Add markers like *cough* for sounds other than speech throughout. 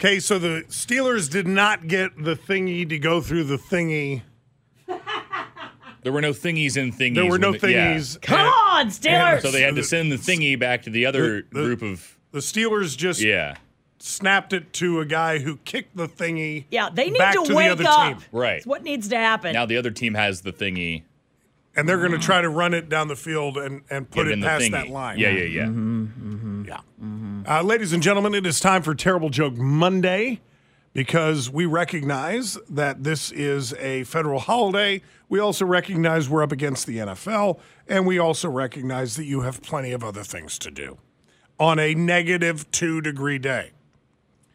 Okay, so the Steelers did not get the thingy to go through the thingy. There were no thingies in thingies. There were no when the- yeah. thingies. Come on, Steelers! So they had to send the thingy back to the other The- the- group of The Steelers just yeah. snapped it to a guy who kicked the thingy. yeah, they need back to, to the wake other up. team. Right. It's what needs to happen. Now the other team has the thingy. And they're going to try to run it down the field and, and put give it them the past thingy. that line. Yeah, yeah, yeah. Yeah. Uh, ladies and gentlemen, it is time for Terrible Joke Monday because we recognize that this is a federal holiday. We also recognize we're up against the NFL, and we also recognize that you have plenty of other things to do on a negative two degree day.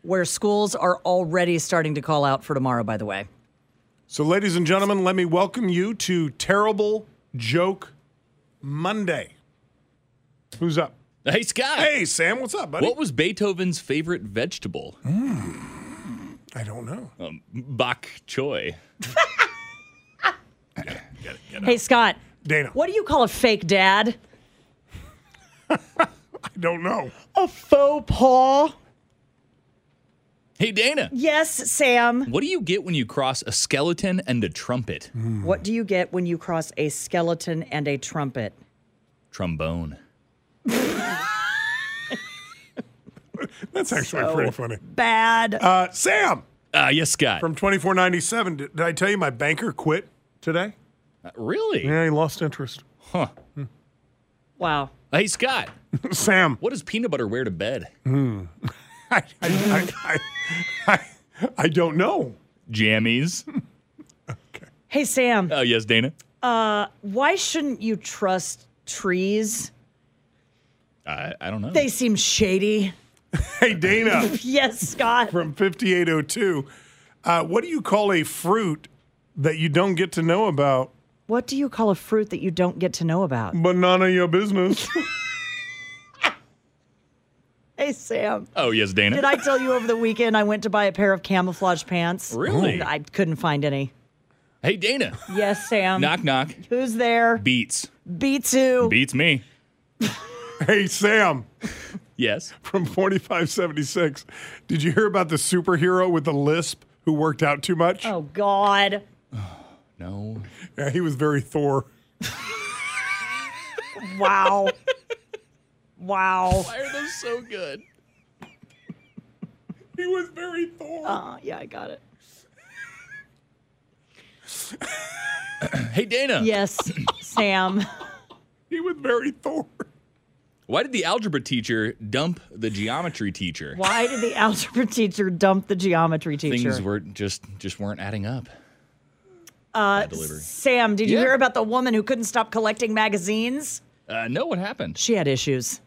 Where schools are already starting to call out for tomorrow, by the way. So, ladies and gentlemen, let me welcome you to Terrible Joke Monday. Who's up? Hey Scott. Hey, Sam, what's up, buddy? What was Beethoven's favorite vegetable? Um, I don't know. oh. Bok choy. Hey, Scott, Dana, what do you call a fake dad? I don't know. A faux pas. Hey Dana. Yes, Sam. What do you get when you cross a skeleton and a trumpet? What do you get when you cross a skeleton and a trumpet? Trombone. That's actually So- pretty funny. Bad. Uh, Sam Uh, yes, Scott. from 2497. Did, did I tell you my banker quit today? Uh, really? Yeah, he lost interest. Huh. wow. Hey Scott. *laughs* Sam, What does peanut butter wear to bed? I, I, I, I, I, I don't know. Jammies. Hey, Sam, Oh yes, Dana. why shouldn't you trust trees? I I don't know. They seem shady. *laughs* Hey, Dana Yes, Scott. from 5802. Uh, what do you call a fruit that you don't get to know about? What do you call a fruit that you don't get to know about? But none of your business. *laughs* Hey, Sam. oh yes, Dana. Did I tell you over the weekend I went to buy a pair of camouflage pants? Really? I couldn't find any. hey Dana. Yes, Sam. knock knock. Who's there? Beats. B2. Beats me. hey, Sam Yes. from 4576. Did you hear about the superhero with the lisp who worked out too much? oh, God. No. Yeah, he was very Thor. *laughs* Wow. wow. Why are those so good? He was very Thor. Uh, yeah, I got it. Hey Dana. Yes, Sam. He was very Thor. Why did the algebra teacher dump the geometry teacher? Why did the algebra teacher dump the geometry teacher? Things were just just weren't adding up. uh, delivery. Sam, did you Yeah. hear about the woman who couldn't stop collecting magazines? Uh, no, what happened? She had issues.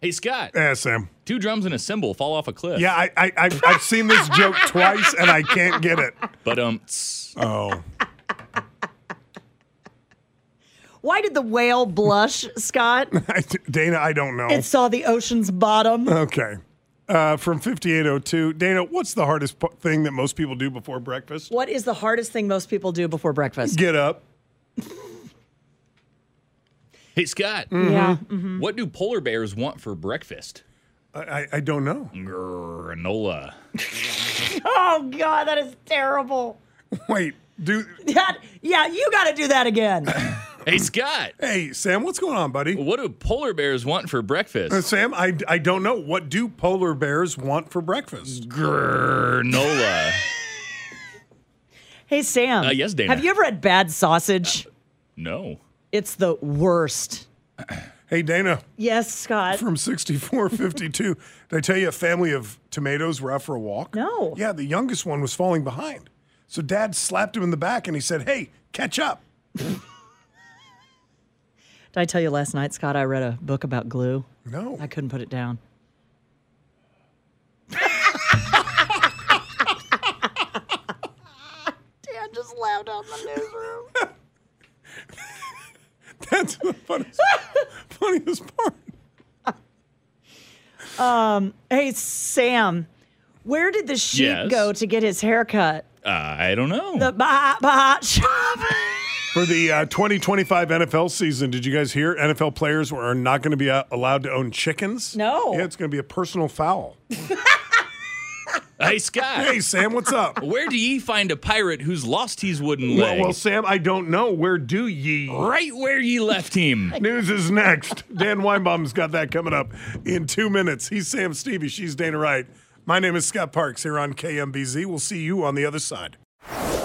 Hey Scott, Yeah, Sam. two drums and a cymbal fall off a cliff. Yeah, I, I, I've, I've seen this joke twice and I can't get it. But um, tss. Oh. Why did the whale blush, *laughs* Scott? Dana, *laughs* I don't know. It saw the ocean's bottom. okay. Uh, from 5802. Dana, what's the hardest po- thing that most people do before breakfast? What is the hardest thing most people do before breakfast? Get up. hey Scott, Yeah. Mm. what do polar bears want for breakfast? I, I, I don't know. Granola. Oh God, that is terrible. *laughs* Wait, do That yeah, you got to do that again. Hey Scott, hey Sam, what's going on, buddy? what do polar bears want for Uh, breakfast? Sam, I, I don't know. What do polar bears want for breakfast? Mm. Granola. *laughs* Hey Sam. Uh, yes, Dana. Have you ever had bad sausage? no. It's the worst. Hey Dana, Yes, Scott. from 6452. Did I tell you a family of tomatoes were out for a walk? No. Yeah, the youngest one was falling behind. So dad slapped him in the back and he said, Hey, catch up. Did I tell you last night, Scott? I read a book about glue. No. I couldn't put it down. Dan just laughed out in the newsroom. *laughs* That's the funniest, funniest part. Hey, Sam, where did the sheep Yes? go to get his haircut? Uh, I don't know. The bah, bah shop. For the uh, 2025 NFL season, did you guys hear NFL players are not going to be uh, allowed to own chickens? No. Yeah, it's going to be a personal foul. hey, Scott. hey, Sam, what's up? Where do ye find a pirate who's lost his wooden well, leg? well, Sam, I don't know. Where do ye? right where ye left him. News is next. Dan Weinbaum's got that coming up in two minutes. He's Sam Stevie. She's Dana Wright. My name is Scott Parks here on KMBZ. We'll see you on the other side.